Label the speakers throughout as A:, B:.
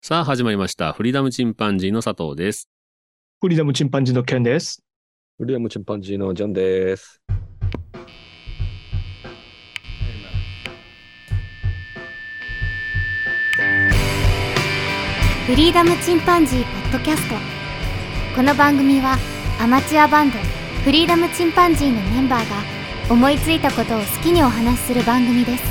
A: さあ始まりました。フリーダムチンパンジーの佐藤です。
B: フリーダムチンパンジーのケンです。
C: フリアムチンパンジーのジョンです。
D: フリーダムチンパンジーポッドキャストこの番組はアマチュアバンドフリーダムチンパンジーのメンバーが思いついたことを好きにお話しする番組です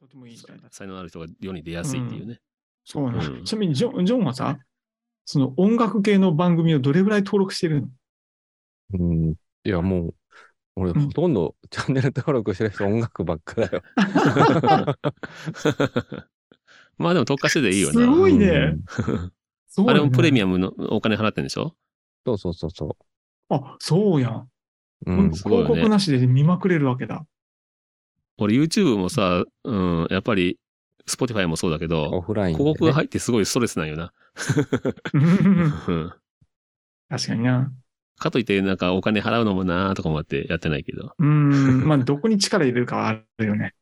B: とてもいい時代だ
A: 才能のある人が世に出やすいっていうね。
B: そうなの、
A: うん
B: ちなみにジョン、ジョンはさ、その音楽系の番組をどれぐらい登録してるの
C: うん。いや、もう、俺、
B: うん
C: ほとんどチャンネル登録してる人音楽ばっかだよ。
A: まあでも特化してでいいよね。
B: すごいね
C: うん
B: そう
A: あれもプレ
B: ミ
A: ミアムのお金払ってんでしょ
C: そうそうそうそ
B: アあ、そうやん。
C: う。うん。
A: すごいよ
B: 広
A: ね
B: 告なしで見まくれるわ けだ。
A: 俺 YouTube もさ、うん、やっぱり Spotify もそうだけ
C: オ
A: ど、
C: フラインで、
A: 広告が入ってすごいストレスなんよな。うん
B: 確かにな。
A: かといってなんかお金払うのもなーとかもあってやってないけど。
B: うーん、まあ、どこに力入れるかはあるよね。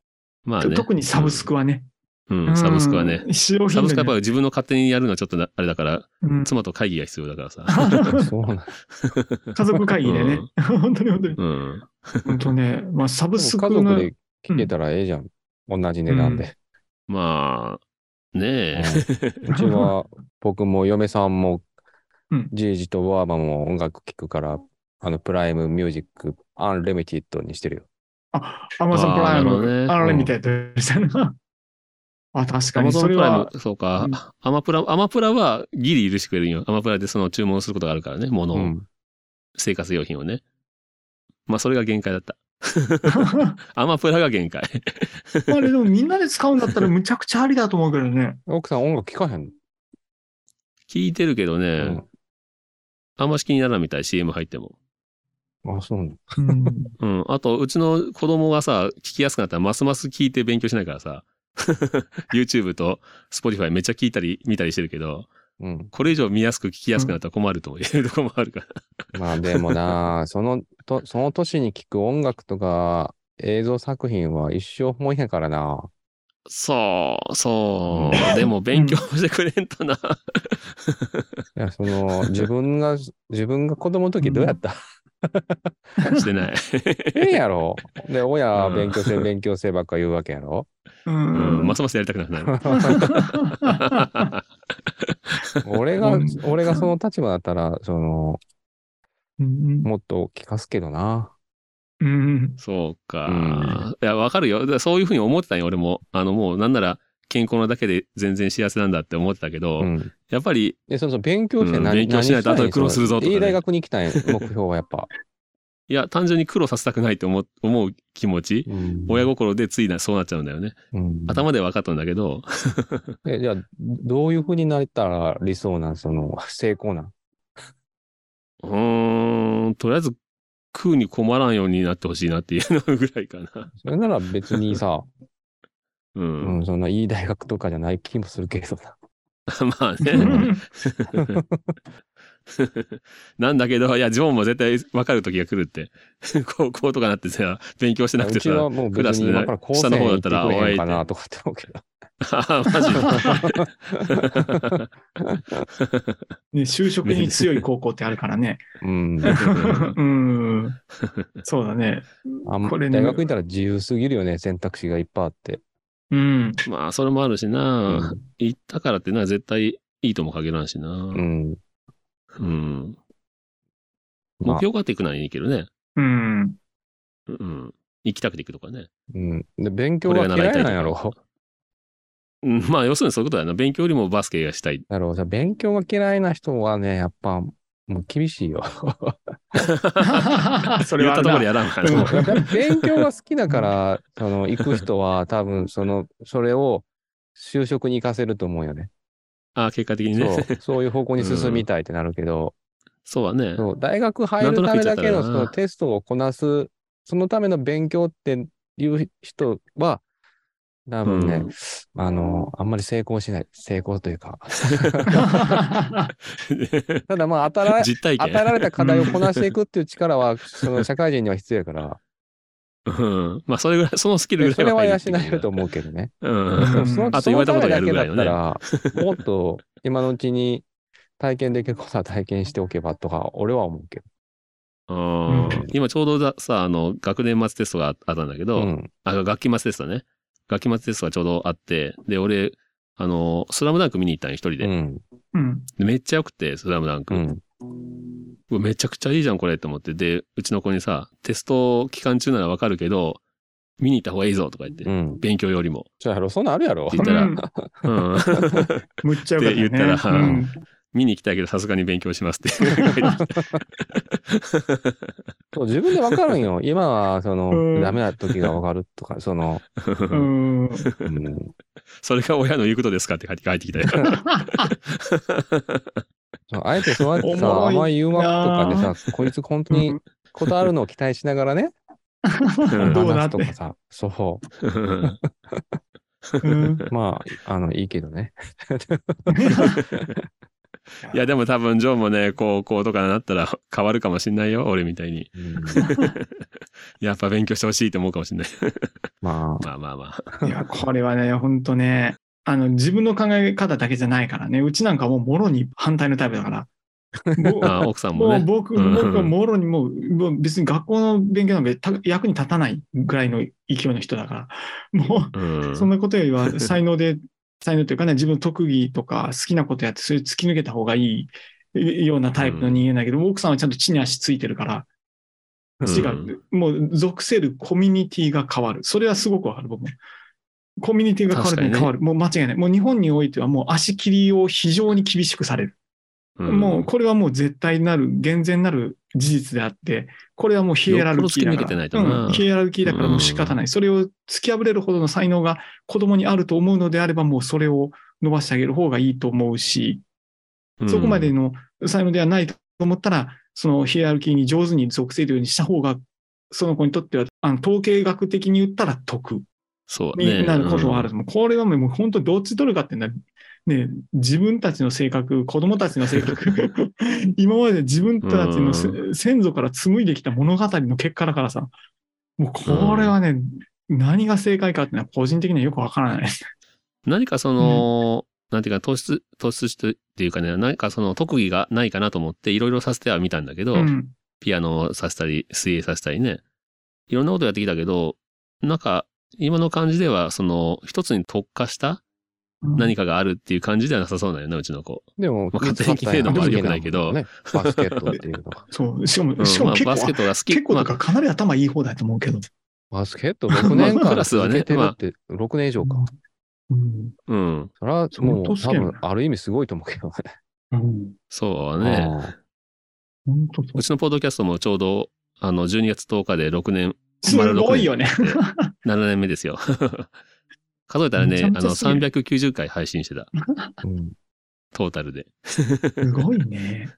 A: まあね。
B: 特にサブスクはね。
A: うん、サブスクはね
B: う。ん。使用
A: サ
B: 頻
A: ブスクはや
B: 度
A: っぱ
B: ね
A: 自分の勝手にやるのはちょっとなあれだから、
B: うん
A: 妻と会議が必要だからさ。
C: そうなん
B: 家族会議でね。本当に本当に。
A: うん。
B: 本当ね、まあ、サブ
C: 家
B: ス
C: 族
B: クが
C: で聞けたらええじゃん。同じ値段で。
A: まあ、ねえ。
C: うんうちは、僕も嫁さんも
B: うん、
C: じいじとワーマも音楽聴くから、あの、プライムミュージック、アンレミティッドにしてるよ。
B: アマゾンプライ
A: あーなるほどね
B: ム、あれみたいなでしたな。あ、確
A: ア
B: か
A: マ
B: に、
A: ゾ
B: そ
A: ンプ
B: れ
A: ラ
B: は
A: イム、そうか、アマプラ、アマプラはギリ許してくれるんよ。アマプラでその注文することがあるからね、物を、
C: うん。
A: 生活用品をね。まあ、それが限界だった。アマプラが限界。
B: まあ、あれでもみんなで使うんだったらむちゃくちゃありだと思うけどね。
C: 奥さん音楽聴かへん
A: 聞いてるけどね、
C: の、
A: あんまし気にならんみたい、CM 入っても。
C: うん、あ、そうなんだ。
B: う
A: う
B: ん、
A: ん。あと、うちの子供がさ、聞きやすくなったら、ますます聞いて勉強しないからさ、YouTube と Spotify めっちゃ聞いたり、見たりしてるけど、
C: うん。
A: これ以上見やすく聞きやすくなったら困るというところもあるから。
C: まあで もなあ、そのと、その年に聴く音楽とか映像作品は一生もんやからな。
A: そう、そう。でも勉強してくれんとな。
C: いや、その、自分が、自分が子供の時どうやった、
A: してない。
C: ええやろ。で、親は
A: うん
C: 勉強せ、勉強せばっか言うわけやろ。
B: う
A: うん、
B: ん
A: ますますやりたくなくなる。
C: 俺が
B: うん、
C: 俺がその立場だったら、その、
B: うん
C: もっと聞かすけどな。
B: うん
A: そう
C: う
A: か
C: ん。
A: いや、わかるよ。だからそういうふうに思ってたんよ、俺も。あの、もう、なんなら、健康なだけで全然幸せなんだって思ってたけど、
C: うん。
A: やっぱり、
C: で、その、その勉強して
A: うん
C: 何、
A: 勉強しないと
C: 何た
A: 後で苦労するぞとかね
C: いい大学に行きたい目標はやっぱ。
A: いや、単純に苦労させたくないって思う思う気持ち、
C: うん
A: 親心でついな、そうなっちゃうんだよね。
C: うん
A: 頭では分かったんだけど、
C: え、じゃあ、どういうふうになったら理想なん、その、成功なん。
A: うーん、とりあえず、食うに困らんようになってほしいなっていうのぐらいかな。
C: それなら別にさ、
A: う。
C: うんん、そんないい大学とかじゃない気もするけどな。
A: まあ
B: う
A: ね。
B: ん
A: なんだけど、いや、ジョンも絶対分かる時が来るって。 高校とかなってさ、勉強 してなく
C: う
A: て
C: ち
A: さ
C: は。もう
A: クラ
C: 別
A: ス
C: に
A: でな
C: 今から高専行ってくれへん
A: 下の方だ
C: かなとかって思うけど。
A: あ ーマジで。
B: ね、就職に強い高校ってあるからね。
C: うん。
B: うん、そうだね。
C: あんま
B: これ
C: 大
B: ね
C: 学行ったら自由すぎるよね、選択肢がいっぱいあって。
B: うん、
A: まあ、それもあるし
C: う
A: な。
C: ん。
A: 行ったからってな、絶対いいとも限らんしな。
C: うん。
A: うん。目
C: まあ
A: 標があっていくならいいけどね。
B: うん。
A: うん。行きたくて行くとかね。
C: うん。で、勉強は嫌いなんやろ。
A: うんまあ、要するにそういうことだな。勉強よりもバスケが したい。
C: だろう。じゃあ勉強が嫌いな人はね、やっぱ、もう厳し いよ。
B: それ
A: 言っ
B: はあ
A: たと
B: る
A: ころ
B: な
A: やらんか
B: う
A: ら
B: ん
A: な。
C: だから勉強が好きだから、その、行く人は多分、その、それを就職に行かせると思うよね。
A: ああ、結果的に
C: そ
A: ね。
C: う、そういう方向に進みたいってなるけど、
A: そうはね。
C: そう大学入るためだけのそのテストをこなす、そのための勉強っていう人は、多分ね、
A: うん
C: あの、あんまり成功しない。成功というか。 ただまあ、与 えら
A: 実体
C: 与えら
A: 験。
C: れた課題をこなしていくっていう力は、その社会人には必要やから、
A: うん。まあ、それぐらい、そのスキルぐ
C: それ
A: ら
C: はい養
A: は入る
C: えると思うけどね。
A: うん。
C: でもその
B: うん
A: あと言われたことがやるぐらいのね
C: そのためだけだったら、もっと今のうちに体験できることは体験しておけばとか、俺は思うけ
A: うん
B: うん
A: 今ちょうどださ、あの、学年末テストがああったんだけ
C: ど。
A: ど、
C: うん。
A: あ、学期末テストだね。学期末テストがちょうどあって、で、俺、あの、スラムダンク見に行ったの一人で、
C: うん。
B: うん。
A: でめっちゃ良くて、スラムダンク。
C: うん。
A: うわめちゃくちゃいいじゃん、これって思って。で、うちの子にさ、テスト期間中ならわかるけど、見に行った方がいいぞとか言って、
C: うん。
A: 勉強よりも。
C: そうやろ、そんなんあるやろ。
A: 言ったら
B: うん
A: うん、
B: むっちゃよ
A: っ
B: かった、ね。
A: て言ったら
B: うん
A: 見に行きたいけど、さすがに勉強しますって書いて き
C: そう自分でわかる んよ。今は、そ
B: うん
C: の、ダメな時がわかるとか、その、
A: た。
B: うん。
C: うん
A: それが親の言うことですかって書いて書いてきたよ。
C: そうあえてそうやって
B: おも
C: さ、
B: ろいな
C: 甘い誘惑とかでさ、こいつ本当に断るのを期待しながらね、
A: うん
B: どうな
C: 話
B: っ
C: と
B: て
C: か。さ、そ
A: うん
B: うん
C: う、まあ、あの、いいけどね。
A: いや、でも多分、ジョーもね、高校とかになったら変わるかもしんないよ、俺みたいに。
C: うん
A: やっぱ勉強してほしいと思うかもしんない。
C: ま
A: まあまあま
B: いや、これはね、ほんとね、あの、自分の考え方だけじゃないからね、うちなんかもうもろに反対のタイプ だから。もう
A: あ。 ああ奥さんも
B: もう
A: ね。
B: 僕、
A: うん
B: 僕はもろにもう、もう別に学校の勉強なんかた役に立たないぐらいの勢いの人だから、も
A: う
B: う、
A: ん
B: そんなことよ りは才能で、才能というかね、自分の特技とか好きなことやって、それ突き抜けた方がいいようなタイプの人間だけど、奥さんはちゃんと地に足ついてるから、違う。もう属せるコミュニティが変わる。それはすごくわかる、僕も。コミュニティが変わる
A: 確
B: と
A: かにね
B: 変わる。もう間違いない。もう日本においてはもう足切りを非常に厳しくされる。
A: うん
B: もうこれはもう絶対なる、厳然なる事実であって、これはもうヒエラルキーだ
A: よっぽど突き抜けて
B: か
A: ないとな
B: ら、うんヒエラルキーだからもう仕方ない。それを突き破れるほどの才能が子供にあると思うのであれば、もうそれを伸ばしてあげる方がいいと思うし、そこまでの才能ではないと思ったら、そのヒエラルキーに上手に属せるようにした方が、その子にとっては、あの統計学的に言ったら得
A: そうね
B: になることはある。もうこれはもう本当どっち取るかってな、ね、自分たちの性格、子供たちの性格、 今まで自分たちのせ
A: う
B: 先祖から紡いできた物語の結果だからさ、もうこれはね、何が正解かってのは個人的にはよくわからない。
A: 何かその、なんていうか、突出、突出してっていうかね、何かその特技がないかなと思って、いろいろさせてはみたんだけど、
B: うん
A: ピアノをさせたり、水泳させたりね、いろんなことやってきたけど、なんか、今の感じでは、その、一つに特化した何かがあるっていう感じではなさそうだよね、うちの子。
C: あ、でも、
A: まあ勝手に決めるのも良くないけど
C: ねバスケットっていうのは。
B: そう、しかも、
A: うん
B: しかも
A: まあ
B: 結構、
A: バスケットが好き。
B: 結構
A: ま
B: と
A: あ
B: かかなり頭いい方だと思うけど。
C: バスケ ット6年
A: まあク
C: 間
A: ラスは
C: 続
A: ね
C: けてるって、6年以上か。
B: うん。
A: うん。
C: それはもう
B: 相当好
C: 多
B: きやな
C: 分、ある意味すごいと思うけど
B: うん。
A: そう
C: ね。
A: ね。
B: 本当そう
A: うちのポッドキャストもちょうど、あの、12月10日で6年、
B: すごいよね。
A: 7年目ですよ。 数えたら
B: め
A: ね、
B: ちゃ
A: あ
B: めちゃ
A: の、
B: すげえ
A: 390回配信してた。
C: うん
A: トータルで。
B: す ごいね。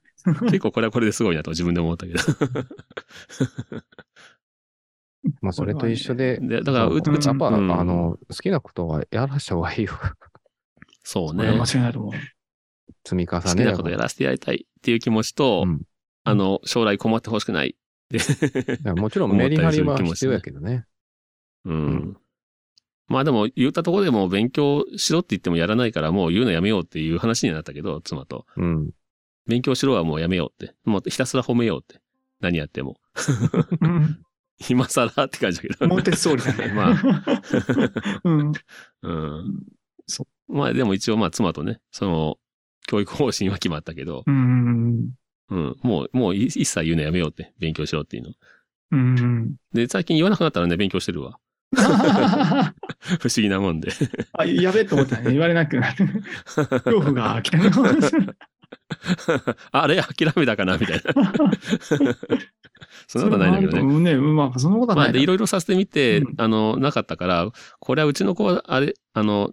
A: 結構これはこれですごいなと自分で思 ったけど。
C: まあ、それと一緒で、
A: でだから、
C: そう
A: う
B: うん
A: うち、
C: やっぱ、
A: うん
C: あの、好きなことはやら した方がいいよ。
A: そう
B: これは
A: ね
B: 間違。いないと思う。
C: 積み重ね
A: 好きなことやらせてやりたいっていう気持ちと、
C: うん
A: あの、将来困ってほしくない。
C: いやもちろんメリハリは必要やけどね。
A: うん。
C: うん
A: まあでも、言ったところでもう勉強しろって言ってもやらないから、もう言うのやめようっていう話にはなったけど、妻と。
C: うん。
A: 勉強しろはもうやめようって。もうひたすら褒めようって。何やっても。
B: うん
A: 今更って感じだけど。
B: モンテッソーリだね。
A: まあ、
B: うん。
A: うん。
B: そ
A: まあでも一応まあ妻とね、その、教育方針は決まったけど、
B: うん。
A: うん、もう、もうい一切言うのやめようって、勉強しろっていうの。
B: うん。
A: で、最近言わなくなったらね、勉強してるわ。
B: あ、
A: 不思議なもんで。
B: やべえと思ったね。言われなくなる。恐怖が来たね。
A: あれ諦めたかなみたいな。 そんなことはないんだけどね。
B: ね。まあ、そんなこと
A: ま
B: は
A: あ、
B: な
A: で、い
B: い。
A: ろいろさせてみて、
B: うん
A: あの、なかったから、これはうちの子は、あれ、あの、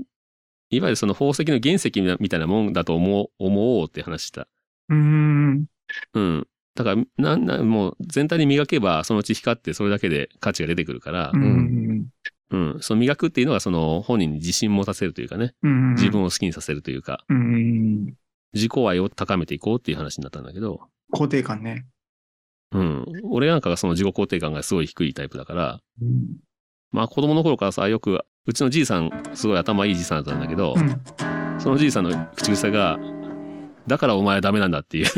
A: いわゆるその宝石の原石みたいなもんだと思う、思おうって話した。
B: うん。
A: うん。だから、なんなん、もう全体に磨けば、そのうち光ってそれだけで価値が出てくるから、
B: うん。
A: うん。その磨くっていうのがその本人に自信持たせるというかね、
B: うん。
A: 自分を好きにさせるというか、
B: うんうん。
A: 自己愛を高めていこうっていう話になったんだけど、
B: 肯定感ね。
A: うん。俺なんかがその自己肯定感がすごい低いタイプだから、
B: うん。
A: まあ子供の頃からさ、よく、うちのじいさん、すごい頭いいじいさんだったんだけど、
B: うん
A: そのじいさんの口癖が、だからお前はダメなんだって いうい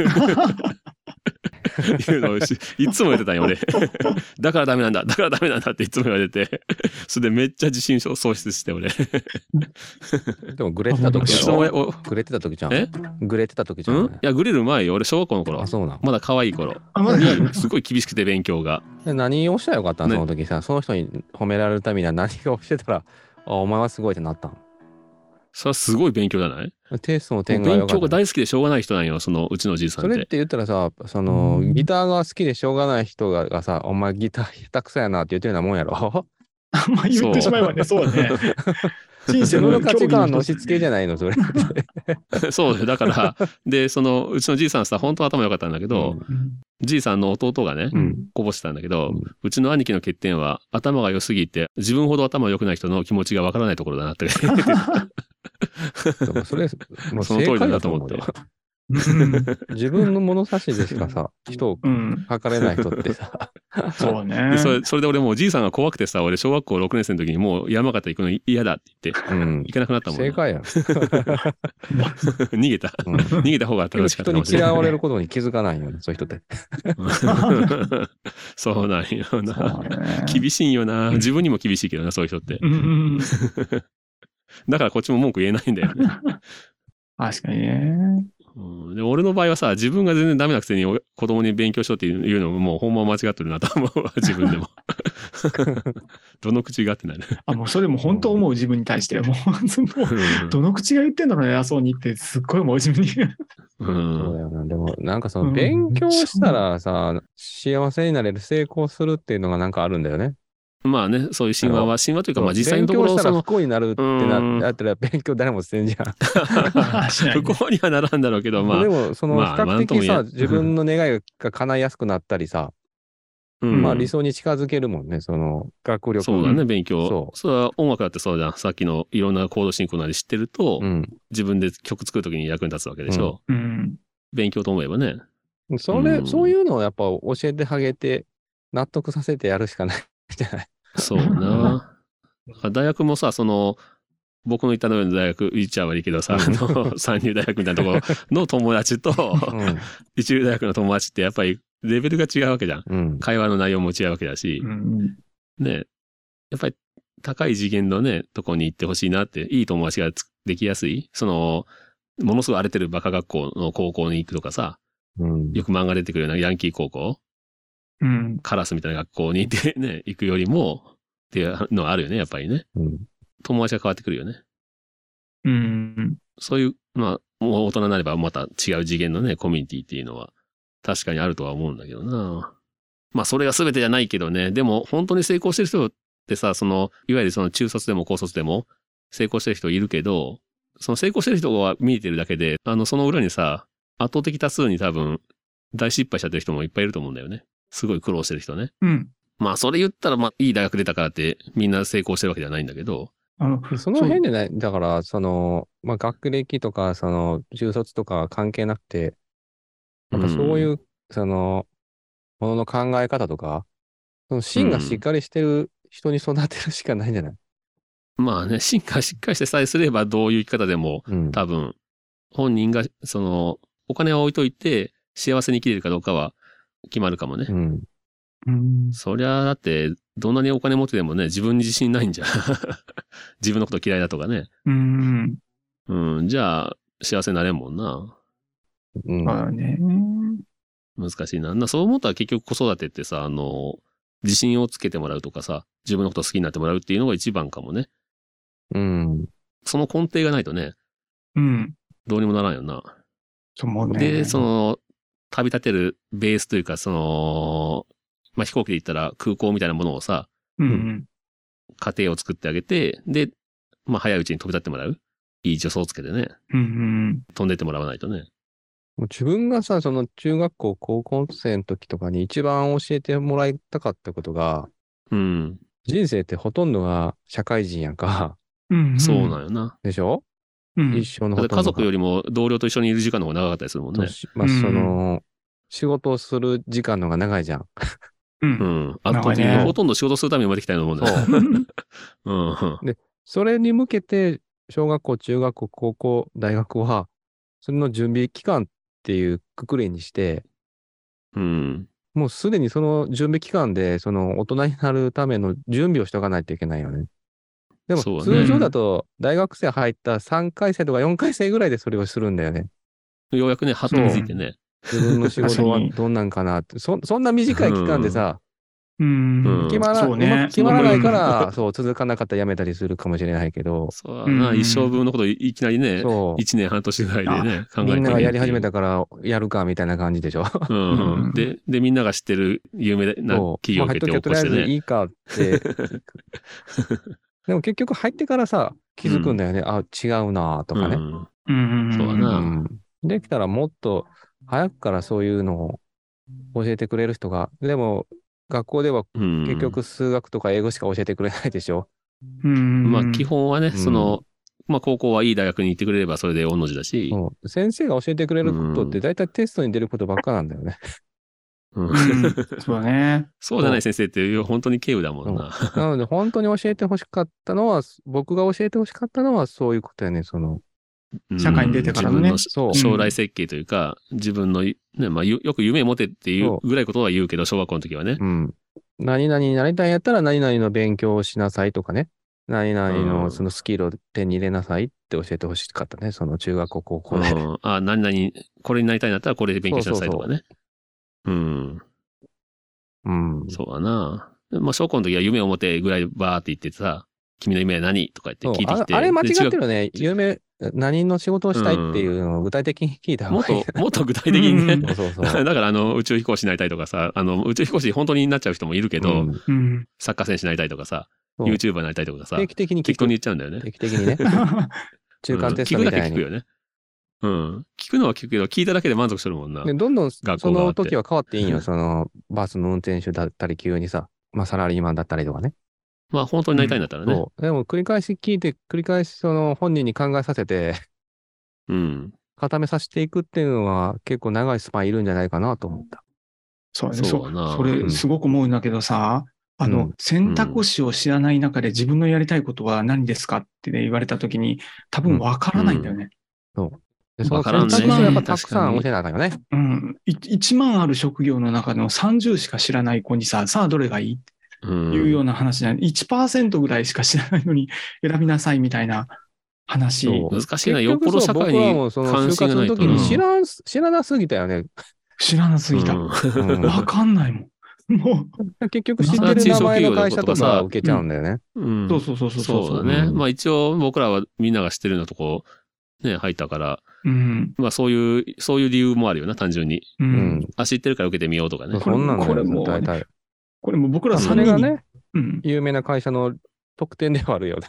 A: うのをしいつも言ってたんよ、俺。だからダメなんだ、だからダメなんだっていつも言われて、それでめっちゃ自信喪失して、俺。
C: でも、グレてた時じ
A: うち
C: ゃ
A: の
C: ん。
A: 親、お
C: グレてた時じゃん。
A: え
C: グレてた時じ
A: う
C: ゃ
A: ん
C: ん。
A: いや、グレる前よ、俺小学校の頃
C: あ、。そうなん。
A: まだ可愛い頃
B: あまだ可愛い
A: に、すごい厳しくて勉強が。
C: で何をしたらよかったの
A: ね
C: その時さ、その人に褒められるためには何をしてたら、あ、お前はすごいってなった
A: それはすごい勉強じゃない
C: んテストの点が良
A: 勉
C: か
A: 強
C: っ
A: が
C: たの。
A: 大好きでしょうがない人なんよ、そのうちのじいさ
C: そ
A: んっ。
C: れってて言ったらさ、その
B: うん
C: ギターが好きでしょうがない人ががさ、お前ギター下手くそやなって言ってるようなもん やろ。
B: あんま言ってしまえばね、そうだね。人
C: 自
B: 生
C: 分
B: の
C: の価値観の押
B: の
C: し付けじゃないの、それ。
A: そうだよだから、で、そのうちのじいさんさ、本当は頭良かったんだけ ど、じいさんの弟がね、
C: うん
A: こぼしてたんだけど、
C: う
A: うんちの兄貴の欠点は頭が良すぎて、自分ほど頭良くない人の気持ちがわからないところだな って。
C: でも それ、もう
A: その通
C: 正
A: りだな
C: 解だ
A: と
C: と思
A: 思
C: う
A: って
C: よ。
B: うん
C: 自分の物差しでしかさ、人を
B: うん。
C: 測れない人って さ、
B: そう
A: で
B: ね。
A: それそれで俺もうじいさんが怖くてさ、俺小学校6年生の時にもう山形行くの嫌だって言って、
C: うん
A: 行、かなくなったもんな。
C: 正解や ん。
A: 逃げた。
C: うん
A: 逃げた方が
C: けど
A: 楽しかったか
C: 人に
A: もしれない
C: 嫌われることに気づかないよね、そういう人って。
A: そうなんよ
B: そ
A: な
B: う。ね
A: 厳しいんよな。自分にも厳しいけどな、そういう人って。
B: うんうんうん
A: だからこっちも文句言えないんだよね。
B: 確かにね。
A: うんで俺の場合はさ、自分が全然ダメなくせにお子供に勉強しろっていうのももうほんま間違ってるなと思うわ、自分でも。 どの口がってなる。
B: あ、もうそれも本当思う自分に対して。もう、そのどの口が言ってんだろうね、偉そうにって、すっごい思う自分に。
A: う
C: そうだ
A: ん。
C: よな。でも、なんかそうの、
B: ん
C: 勉強したらさ、幸せになれる、成功するっていうのがなんかあるんだよね。
A: まあね、そういう神話は、神話というか、まあ実際の
C: 勉
A: とこ
C: 強
A: ろ、
C: した
A: そ
C: ら不
A: の、
C: 幸になるって
A: う
C: な、
A: ん
C: だったら勉強誰もして んじゃん。
B: しな
A: 不
B: いね
A: 幸にはならんだろうけど、まあ
C: で、も、その、比
A: まあ
C: 較
A: なんとも
C: 的
A: 言え
C: さ、
A: ん
C: 自分の願いが叶いやすくなったりさ、
A: うん
C: まあ理想に近づけるもんね、その、学力。
A: そうだね、勉強。
C: そ
A: そうれは音楽だってそうじゃん。さっきのいろんなコード進行なんで知ってると、
C: うん。
A: 自分で曲作るときに役に立つわけでしょ。
B: うん。
A: 勉強と思えばね。
C: それ、
A: うん
C: そういうのをやっぱ教えてあげて、納得させてやるしかないじゃない。
A: そうな。だから大学もさ、その、僕の行ったのような大学、言っちゃ悪いけどさ、あ の、三流大学みたいなところの友達と、一流大学の友達ってやっぱりレベルが違うわけじゃん。
C: うん。うん。
A: 会話の内容も違うわけだし
B: う、ん
A: ね、やっぱり高い次元のね、とこに行ってほしいなって、いい友達がつできやすい。その、ものすごい荒れてるバカ学校の高校に行くとかさ、
C: うん。
A: よく漫画出てくるようなヤンキー高校、
B: うん。
A: カラスみたいな学校に行ってね、行くよりも、っていうのはあるよね、やっぱりね。
C: うん
A: 友達が変わってくるよね。
B: うん。
A: そういう、まあ、もう大人になればまた違う次元のね、コミュニティっていうのは確かにあるとは思うんだけどな。まあ、それが全てじゃないけどね。でも、本当に成功してる人ってさ、その、いわゆるその中卒でも高卒でも成功してる人いるけど、その成功してる人が見えてるだけで、あの、その裏にさ、圧倒的多数に多分、大失敗しちゃってる人もいっぱいいると思うんだよね。すごい苦労してる人ね。
B: うん。
A: まあ、それ言ったら、まあ、いい大学出たからって、みんな成功してるわけではないんだけど。
B: あの、
C: その辺でね、だから、その、まあ、学歴とか、その、中卒とか関係なくて、なんかそういう、その、ものの考え方とか、その芯がしっかりしてる人に育てるしかないんじゃない、
A: まあね、進化しっかりしてさえすれば、どういう生き方でも
C: うん、
A: 多分、本人が、その、お金を置いといて、幸せに生きれるかどうかは決まるかもね。
C: うん。
B: うん。
A: そりゃ、だって、どんなにお金持ってでもね、自分に自信ないん じゃん。自分のこと嫌いだとかね。
B: うん。
A: うん、じゃあ、幸せになれんもんな。
C: うん。
B: まあね。
A: 難しいな。なそう思ったら結局子育てってさ、あの、自信をつけてもらうとかさ、自分のこと好きになってもらうっていうのが一番かもね。
C: うん。
A: その根底がないとね、
B: うん。
A: どうにもならんよな。
B: そう思うね。
A: で、その、旅立てるベースというか、その、まあ、飛行機で行ったら空港みたいなものをさ、
B: うん。
A: 家庭を作ってあげて、で、まあ、早いうちに飛び立ってもらう。いい助走をつけてね、
B: うん。
A: 飛んでってもらわないとね。
C: もう自分がさ、その中学校、高校生の時とかに一番教えてもらいたかったことが、
A: うん。
C: 人生ってほとんどが社会人やんか。
B: うん、うん。
A: そうなんよな。
C: でしょ、
B: うん。
C: 一生の
A: だって
C: ほとんど
A: 家族よ
C: り
A: りも同僚と一緒にいる時間の方が長かったりするもんね。
C: まあ、
B: うん
C: その、仕事をする時間の方が長いじゃん。
B: う。
A: うんん。圧倒的
B: 長い
A: に
B: ね
A: ほとんど仕事するために生まれてきたようなもんだよね。うん うん。
C: それに向けて、小学校、中学校、高校、大学は、それの準備期間っていうくくりにして、
A: うん。
C: もうすでにその準備期間で、その大人になるための準備をしとかないといけないよね。でも
A: そうだ
B: ね
C: 通常だと、大学生入った3回生とか4回生ぐらいでそれをするんだよね。
A: ようやくね、はっと気づいてね。
C: 自分の仕事
B: 確
C: は
B: かに
C: どんなんかなって。そそんな短い期間で
A: う
B: うん。
C: さ、
A: ん
C: 決まら
B: そううね
C: まく決まらないから、そう、続かなかったらやめたりするかもしれないけど、
A: そうやな、
B: うん
A: 一生分のこといいきなりね、
C: そう。
A: 一年半年ぐらいでね、考えて
C: みんながやり始め
A: た。
C: たからやるかみたいな感じでしょ。
A: うんうん
B: うん
A: で、で、みんなが知ってる有名な
C: そう
A: 企業を
C: まあ
A: 受けて
C: 入
A: 起
C: っと
A: こ
C: き
A: し
C: ゃ
A: て
C: とりあえずい
A: ね。
C: いかって。 でも結局入ってからさ、気づくんだよね。あ、違うなと
A: う
C: かね、
A: ん
B: うん。
A: そうだ
C: う
A: なん
C: できたらもっと早くからそういうのを教えてくれる人が、でも学校では
A: うん
C: 結局数学とか英語しか教えてくれないでしょ。
B: うん。
A: まあ、基本はね、
C: ん
A: その、まあ、高校はいい大学に行ってくれればそれで御の字だし、
C: そう先生が教えてくれることって大体テストに出ることばっかなんだよね。
A: うん
B: うん。そうだね。
A: そうじゃない先生って本当に軽有だもんな。
C: なので本当に教えてほしかったのは、僕が教えてほしかったのはそういうことやね。その、
A: うん
B: 社会に出てからのね
A: 自分
C: そう
A: の将来設計というか、自分の、ね、まあ、ゆよく夢持てっていうぐらいことは言うけど、小学校の時はね。
C: うん。何々になりたいんやったら何々の勉強をしなさいとかね。何々
A: う
C: の
A: ん
C: そのスキルを手に入れなさいって教えてほしかったね。その中学校、高校で。
A: うんあ、何々、これになりたいんだったらこれで勉強しなさいとかね。うん。
C: うん。
A: そうだな。まあ、小学校の時は夢を持てぐらいバーって言ってさ、君の夢は何とか言
C: そう
A: って聞いてきて。
C: ああれ間違って
A: で中
C: るね。有名、何の仕事をしたいっていうのを具体的に聞いた
A: 学
C: 方
A: もっ
C: がいい。
A: と、もっと具体的にね。
C: そうそう そ
A: だ
C: う。
A: からあの宇宙飛行士になりたいとかさ、あの宇宙飛行士本当になっちゃう人もいるけど、
C: うん
B: うん。
A: サッカー選手になりたいとかさ、
C: そう
A: YouTuber になりたいとかさ、
C: 定期的に聞
A: 適当
C: く。
A: に言っちゃうんだよね。
C: 定期 的にね。中間テスト
A: うん
C: み
A: 聞くだ
C: た
A: け
C: い
A: 聞く
C: に。
A: よね。うん。聞くのは聞くけど、聞いただけで満足するもんな。
C: でどんどんそ
A: 校が
C: の時は変わっていい んよ。そのバスの運転手だったり、急にさ、まあサラリーマンだったりとかね。
A: まあ本当になりたいんだったらね。
C: そう。でも繰り返し聞いて、繰り返しその本人に考えさせて、
A: うん。
C: 固めさせていくっていうのは結構長いスパンいるんじゃないかなと思った。
B: そうだね。
A: そうだ
B: そう。
A: な。
B: それ、すごく思うんだけどさ、あ
C: う
B: の
C: ん、
B: 選択肢を知らない中で自分のやりたいことは何ですかってね言われたときに、多分わからないんだよね。
C: でその
A: わからんね
C: 選択肢をやっぱたくさん教えなあかんよね。
B: うん。い1万ある職業の中の30しか知らない子にさ、さあどれがいいって
A: うん
B: いうような話じゃない。1%ぐらいしか知らないのに選びなさいみたいな話。
C: そう
A: 難しいな。よっぽど社会
C: 結局そう僕は
A: に
C: もうその
A: 関
C: 就
A: 心
C: 活
A: がな
C: の
A: いと
C: 時
A: な。
C: に知らん、知らなすぎたよ ね。
B: 知らなすぎた。
A: うん
C: うん
B: わかんないもん。も
C: 結局知ってる名前の会社とか受けちゃうんだよね。
A: うん
B: う、そうそうそうそう
A: そう
B: そう。
A: だね。
C: うん
A: まあ一応僕らはみんなが知ってるようなとこ、ね、入ったから、
B: うん。
A: まあそういう、そういう理由もあるよな、単純に。
B: う
C: うんん。
A: あ、知ってるから受けてみようとかね。
C: そんなんだ
B: これ
C: よ
B: も
C: ね、大体。
B: これも僕ら
C: そ
B: 3
C: れ
B: 人
C: が
B: に。
C: ね、
B: うん。
C: 有名な会社の特典ではあるよね。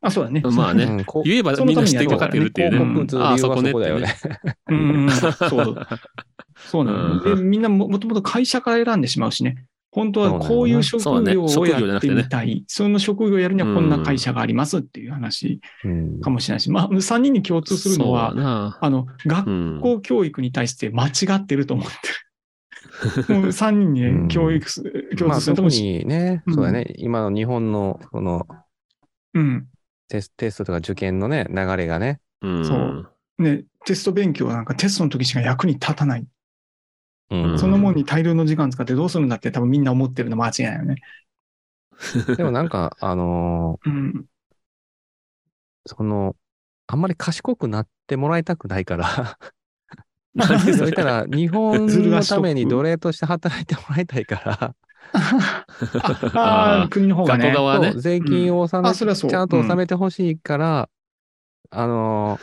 B: あ、そうだね。
A: まあね
C: うんこう
A: 言えばみんな知ってる分かってるっていう
B: そのためにやって
A: ね。あ
B: るからね広告
C: 通理由は
A: そこね
C: そこだよね
A: ってね
B: うんうん、 そう。そうなの、
A: うん
B: で、みんなももともと会社から選んでしまうしね。本当はこういう職
A: そうだね
B: 業
A: そう
B: を
A: だね職業じゃ
B: や
A: なく
B: っ
A: て
B: て
A: ね
B: みたい。その職業をやるにはこんな会社がありますっていう話
C: うん
B: かもしれないし。まあ、3人に共通するのは
A: そう、だな。
B: あの、
A: う
B: 学
A: ん
B: 校教育に対して間違ってると思ってる。もう3人にね、
C: うん
B: 教育す、共
C: まあ
B: 通すると
C: 特
B: 思うし。
C: にね、
B: うん
C: そうだね、今の日本のこの
B: うん。
C: テステストとか受験のね、流れがね。
A: うん
B: そうね、テスト勉強はなんかテストの時しか役に立たない。
A: うん
B: そのもんに大量の時間使ってどうするんだって多分みんな思ってるの間違いないよね。
C: でもなんか、あの
B: うん。
C: ーその、あんまり賢くなってもらいたくないから、
A: 何そ
C: そ
A: うれ
C: いったら日本
B: ずる
C: の
B: 賢
C: た
B: く
C: めに奴隷として働いてもらいたいから、
B: ああー、国の方が
A: 学校
B: ね。
A: 側ね
C: そう。税金を納
B: あそれ
C: め、
B: はそう
C: ちゃんと納
B: うん
C: めてほしいから、あの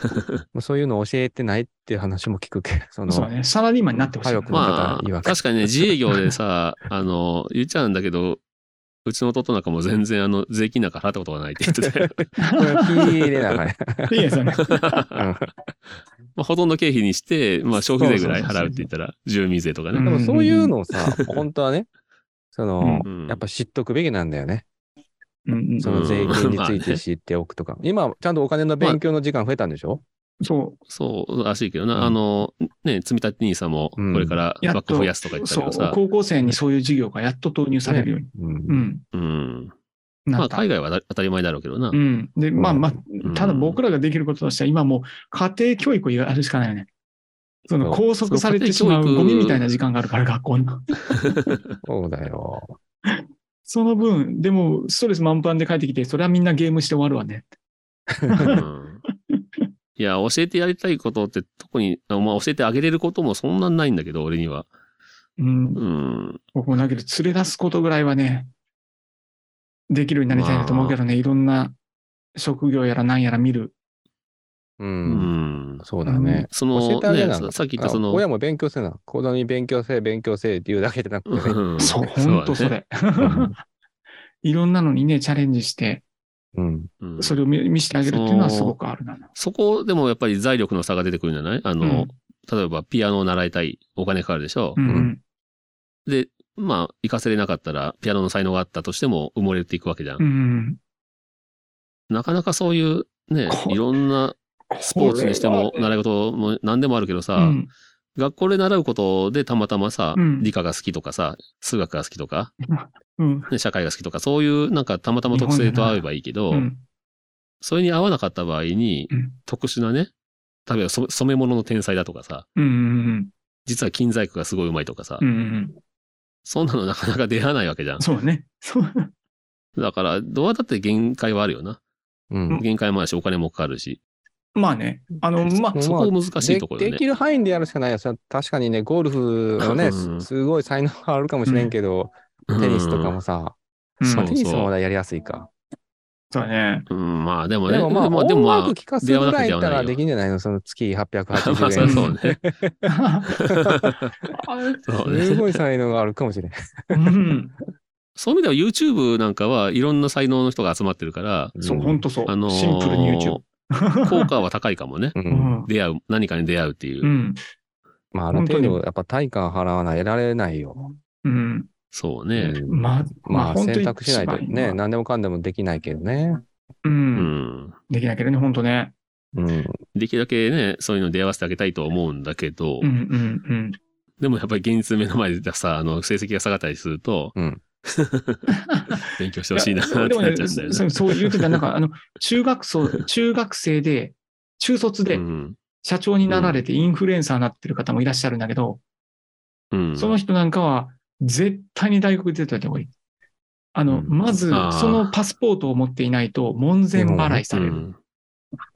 C: ーそういうの教えてないっていう話も聞くけど、その、
B: そうね。サラリーマンになってほしい。
C: 早く
B: まあ
A: ま
C: 言い
A: あ、
C: 訳
A: 確かにね、自営業でさ、 あの、言っちゃうんだけど、うちの弟なんかも全然あの、税金なんか払ったことがないって言ってて、
C: これは聞いれながらね。
B: いいですよね。
A: まあ、ほとんど経費にして、まあ、消費税ぐらい払うって言ったら、住民税とか
C: で
A: ね。
C: もそういうのをさ、本当はね、その、
A: うん
C: やっぱ知っとくべきなんだよね。
B: うんうん
C: その税金について知っておくとか。今、ちゃんとお金の勉強の時間増えたんでしょ、
B: そ
A: そうらしいけど
C: うん
A: な。あの、ね、積み立て兄さんも、こ
C: うん
A: れから
B: やっ
A: バ
B: と
A: ック増やすとか言
B: う。
A: ったけ
B: そう
A: どさ。
B: 高校生にそういう授業がやっと投入されるように。
C: うん
B: うん。
A: うん。ま
B: な
A: あ、
B: った。
A: 海外はだ当たり前だろうけどな
B: う。ん。で、まあま
A: ん
B: あ、ただ僕らができることとしては、今もう家庭教育をやるしかないよね。その
C: そ
B: 拘束されてしまう
A: そう家庭教育
B: ゴミみたいな時間があるから、学校に。
C: そうだよ。
B: その分、でも、ストレス満帆で帰ってきて、それはみんなゲームして終わるわね。
A: うんいや、教えてやりたいことって特に、あまあ、教えてあげれることもそんなないんだけど、俺には。
B: うん
A: う。ん。
B: 僕もだけど、連れ出すことぐらいはね、できるようになりたいなと思うけどね、いろんな職業やら何やら見る。
C: う。
A: うんん。
C: そうだね。
A: そ
C: 教
A: の
C: えてあ、げ
A: ね、
C: な
A: ささっき言ったその、
C: 親も勉強せな。子供に勉強せえ、勉強せえっていうだけじゃなくてね。
A: うん
B: そう、本当そ。
A: だね
B: れ。いろんなのにね、チャレンジして、
C: うん。
A: うん
B: それを見見せてあげるっていうのはすごくあるな。
A: そこでもやっぱり財力の差が出てくるんじゃないあの、
B: うん
A: 例えばピアノを習いたい、お金かかるでしょ
B: う。ん、う。
C: うん
A: で、まあ、行かせれなかったら、ピアノの才能があったとしても埋もれていくわけじゃん。
B: うん。
A: なかなかそういう、ね、
B: こ
A: いろんなスポーツにしても
B: こ、れはね
A: 習い事も何でもあるけどさ、
B: うん
A: 学校で習うことでたまたまさ、
B: うん
A: 理科が好きとかさ、数学が好きとか、
B: うん。
A: ね社会が好きとか、そういうなんかたまたま特性と合えばいいけど、
B: うん。
A: それに合わなかった場合に、
B: うん
A: 特殊なね、例えばそ染め物の天才だとかさ、
B: うん。うん
A: 実は金細工がすごい上手いとかさ、
B: うん。うん。
A: そんなのなかなか出会わないわけじゃん。
B: そうね。そう。
A: だから、どうだって限界はあるよな。
C: うん。
A: 限界もあるし、お金もかかるし。
B: まあね。あの、まあ、
A: そこ難しいところ
C: で
A: よ
C: で
A: ね
C: き。る範囲でやるしかないよ。それは確かにね、ゴルフのね、
A: うん
C: すすごい才能があるかもしれんけど、
A: うん
C: テニスとかもさ、
B: うん
A: そ
C: ま
A: う
C: あテニスもまだやりやすいか。
B: そうだね。
A: うん、まあでもね、
C: でもまあ、
A: で
C: 音
A: もま
C: 楽聞かすぐらいやったらできんじゃないのその月
A: あ、まあそ
C: 880
A: りゃ
C: 円。
A: そうね。そうね
C: すごい才能があるかもしれん。
B: うん。
A: そういう意味では YouTube なんかはいろんな才能の人が集まってるから、
B: そう、本当そう。
A: あのー
B: シンプルに YouTube。
A: 効果は高いかもね。
C: う。
B: うんん。
A: 出会う、何かに出会うっていうう。
B: ん。
C: まあ、ある
B: 本当
C: 程
B: に
C: 度、やっぱ対価払わない、得られないよ。
B: うん。
A: そう
C: う
A: ね。
C: ん
B: まあ、
C: まあ、
B: 本当に
C: 選択しないと
B: 一番
C: ね、
B: まあ
C: 何でもかんでもできないけどね。
A: う
B: う。
A: んん。
B: できないけどね、本当ね。
C: うん。
A: できるだけね、そういうの出会わせてあげたいと思うんだけど、
B: うんうんうん。
A: でもやっぱり現実目の前でさ、あの、成績が下がったりすると、
C: うん。
A: 勉強してほしいなってなっ
B: で
A: ちゃ
B: も
A: うんだ
B: ね
A: よ、ね。
B: そうそう言うてた、なんか、あの、中学 生、中学生で、中卒
A: う
B: で
A: ん
B: 社長になられてインフルエンサーになってる方もいらっしゃるんだけど、
A: うん。
B: その人なんかは、絶対に大学出ておいた方がいい。あの、
C: うん
B: まず、
A: あー
B: そのパスポートを持っていないと、門前払いされ
A: う
B: る。
A: ん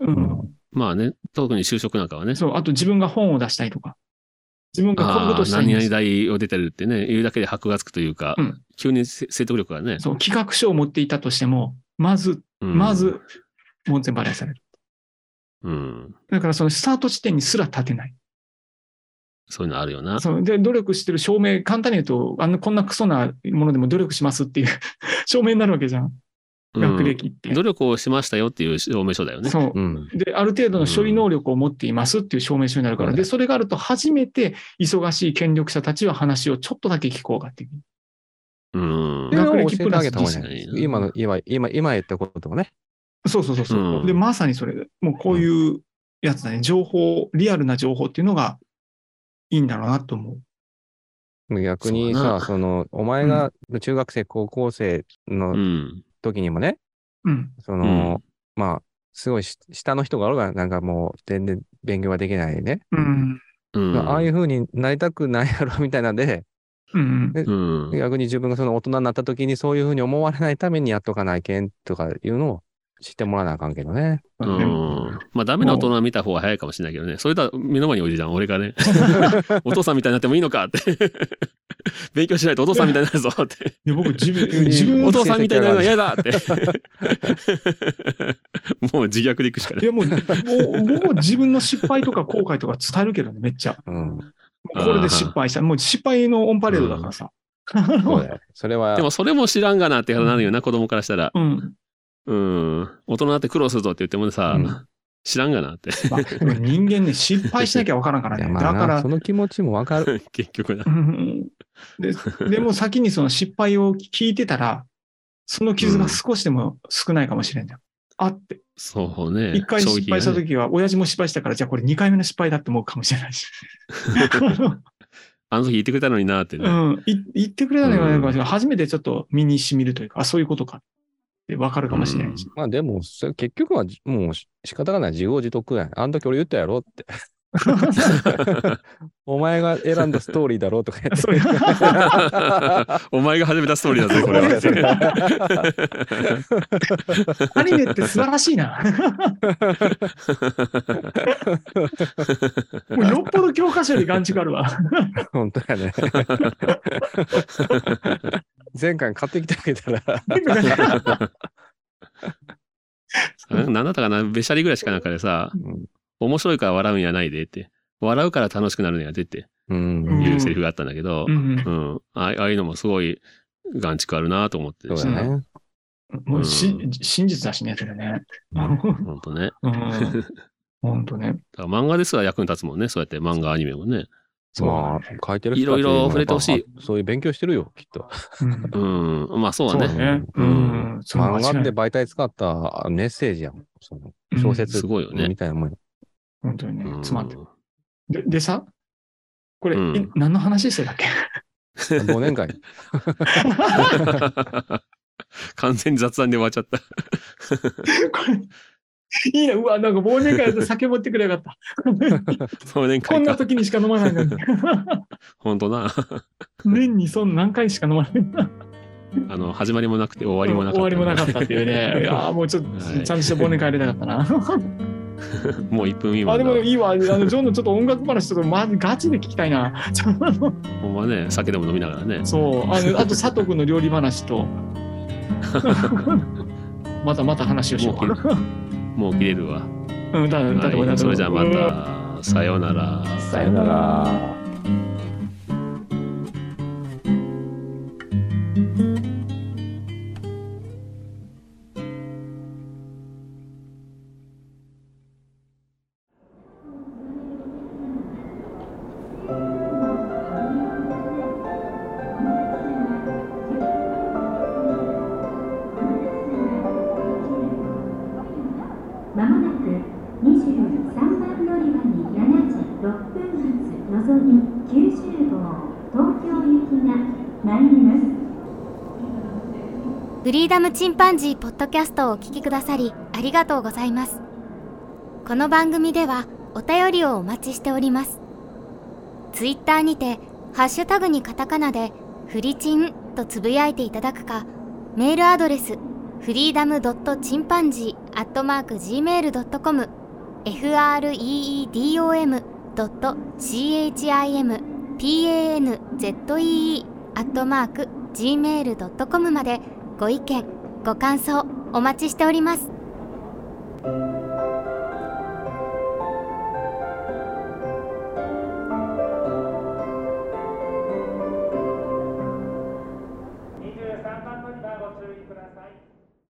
B: うん。
A: まあね、特に就職なんかはね、
B: そう、あと自分が本を出したいとか、自分がこういうこ
A: あ
B: と
A: あ
B: したいんで
A: 何
B: す
A: 々大を出てるってね、言うだけで箔がつくというか、
B: うん
A: 急にせ説得力がね、
B: そう、企画書を持っていたとしても、まず、
A: うん
B: ま、ず、門前払いされる。
A: うん、
B: だから、そのスタート地点にすら立てない。
A: そういうのあるよな。
B: そので、努力してる証明、簡単に言うと、あの、こんなクソなものでも努力しますっていう 証明になるわけじゃん。
A: うん
B: 学歴って。
A: 努力をしましたよっていう証明書だよね。
B: そう
C: う。ん。
B: で、ある程度の処理能力を持っていますっていう証明書になるから、
C: うん
B: で、それがあると初めて忙しい権力者たちは話をちょっとだけ聞こうかっていう。
A: うん
C: で。
B: 学
C: も
B: 歴
C: 教えてあげた方がいいんじゃ
A: プラス
C: ない今の、今、今、今言ったこともね。
B: そうそうそうそう、
A: うん
B: で、まさにそれ、もうこういうやつだね、情報、リアルな情報っていうのがいいんだろうなと思う。
C: 逆に
A: そうだ
C: さ、
A: な
C: その、お前が中学生、高校生
A: う
C: の
A: ん。
C: 時にもね、
B: うん。
C: そうの、まあ、すごいし下の人がおるから、なんかもう全然勉強ができないね。
B: うん。
A: うん。
C: ああいう風になりたくないやろみたいなんで、
B: うん。
A: うん。
C: 逆に自分がその大人になった時にそういう風に思われないためにやっとかないけんとかいうのを知ってもらわなあかんけどね。
A: うん。まあ、ダメな大人見た方が早いかもしれないけどね。それとは目の前におじいちゃん、俺がね、お父さんみたいになってもいいのかって。 勉強しないとお父さんみたいになるぞって。
B: で僕、自分、
C: 急に
B: 自分
A: お
B: の
A: 父さんみたいになるのは嫌だって。 もう自虐でいくしかない
B: い。やもう、もう僕は自分の失敗とか後悔とか伝えるけどね、めっちゃ。
C: うん。
B: これで失敗した。もう失敗のオンパレードだからさ。
C: そうだよ。それは
A: で、もそれも知らんがなってなるよな、子供からしたら。
B: うん。
A: うん。大人だって苦労するぞって言ってもさ、
C: うん
A: 知らんがなって、
B: まあ、でも人間ね、失敗しなきゃわからんから
C: いや
B: ね。
C: まあ
B: だ
C: な
B: から
C: そ、の気持ちもわ かる。
A: 結局な
B: う。んででも先にその失敗を聞いてたら、その傷が少しでも少ないかもしれんじゃん。あって。
A: そうね。
B: 一回失敗した
A: 消費がね
B: 時は、親父も失敗したから、じゃあこれ二回目の失敗だって思うかもしれないし。あの
A: あの時言ってくれたのになってね。
B: うん。い言ってくれたのよ
A: うん
B: やっぱり初めてちょっと身に染みるというか、あ、そういうことかってわかるかもしれないし。
C: まあでも、それ結局はじもうし仕方がない。自業自得やん。あの時俺言ったやろって。お前が選んだストーリーだろとか言って。
B: そういう。
A: お前が始めたストーリーだぜ、これ
B: そうですね
A: は。
B: アニメって素晴らし いな。もうよっぽど教科書より眼軸あるわ。
C: 本当やね。前回買ってきてあげたら、
A: なんだったかな、べしゃりぐらいしかなんかでさ、面白いから笑うんやないでって、笑うから楽しくなるんやでって
C: うん。
B: うん
A: いうセリフがあったんだけど
B: う、ん
A: うん。あああいうのもすごい、眼蓄あるなと思って
C: そ
A: る
C: う
A: し
C: だね。
B: もうし真実だしね、それね。
A: ほんとね。
B: うん本当ね。
A: だから漫画ですら役に立つもんね、そうやって漫画、アニメもね。
B: そうだ
C: ま
B: ね
C: あ、書いてる
A: いろいろ触れてほしい。
C: そういう勉強してるよ、きっと。
B: うん
A: うん。まあそう
B: そう
A: だ
B: だ
A: ね。
B: ね。うん。それは間
C: 漫画
B: 違
C: っ
B: いな
C: て
B: い
C: 媒体使ったメッセージやん。その小説
A: すごいよね
C: みたいなもんや。
B: 本当にね
A: う。ん
B: 詰まってる。ででさ、これ、
A: うん
B: え何の話してたっけ
C: 忘年会。
A: 完全に雑談で終わっちゃった。
B: これ、 いいな、うわ、なんか忘年会だと酒持ってくればよか った。
A: 忘年
B: こ
A: 会
B: んな
A: か。
B: 時にしか飲まないのに。
A: ほんとな。
B: 年にそんな何回しか飲まない。
A: あの、始まりもなくて終わりもなかった。
B: 終わりもなかったっていう ね。いやーもうちょっと、
A: はい
B: ちゃんとした忘年会やりたかったな。
A: もう1分未
B: あ、
A: 満
B: でも
A: だ。
B: いいわ。あの、ジョンのちょっと音楽話、ちょっと、ま、ガチで聞きたいな。ちょっと
A: ほんまね、酒でも飲みながらね。
B: そう。あの、 あと佐藤君の料理話 と。またまた話をしようか
A: もう切れるわ。
B: な。うん、だ、だと
A: は
B: 思うだ
A: い、
B: と
A: そ
B: 思
A: れ
B: う
A: じゃあまた、さようなら。
B: さよなら。
E: まもなく23番乗り場に7時6分発のぞみ90号東京行きが参ります。
D: フリーダムチンパンジーポッドキャストをお聞きくださりありがとうございます。この番組ではお便りをお待ちしております。ツイッターにてハッシュタグにカタカナでフリチンとつぶやいていただくか、メールアドレスフリーダムドットチンパンジーアットマーク gmail.com freedom ドット chimpanzee アットマーク gmail.com までご意見ご感想お待ちしております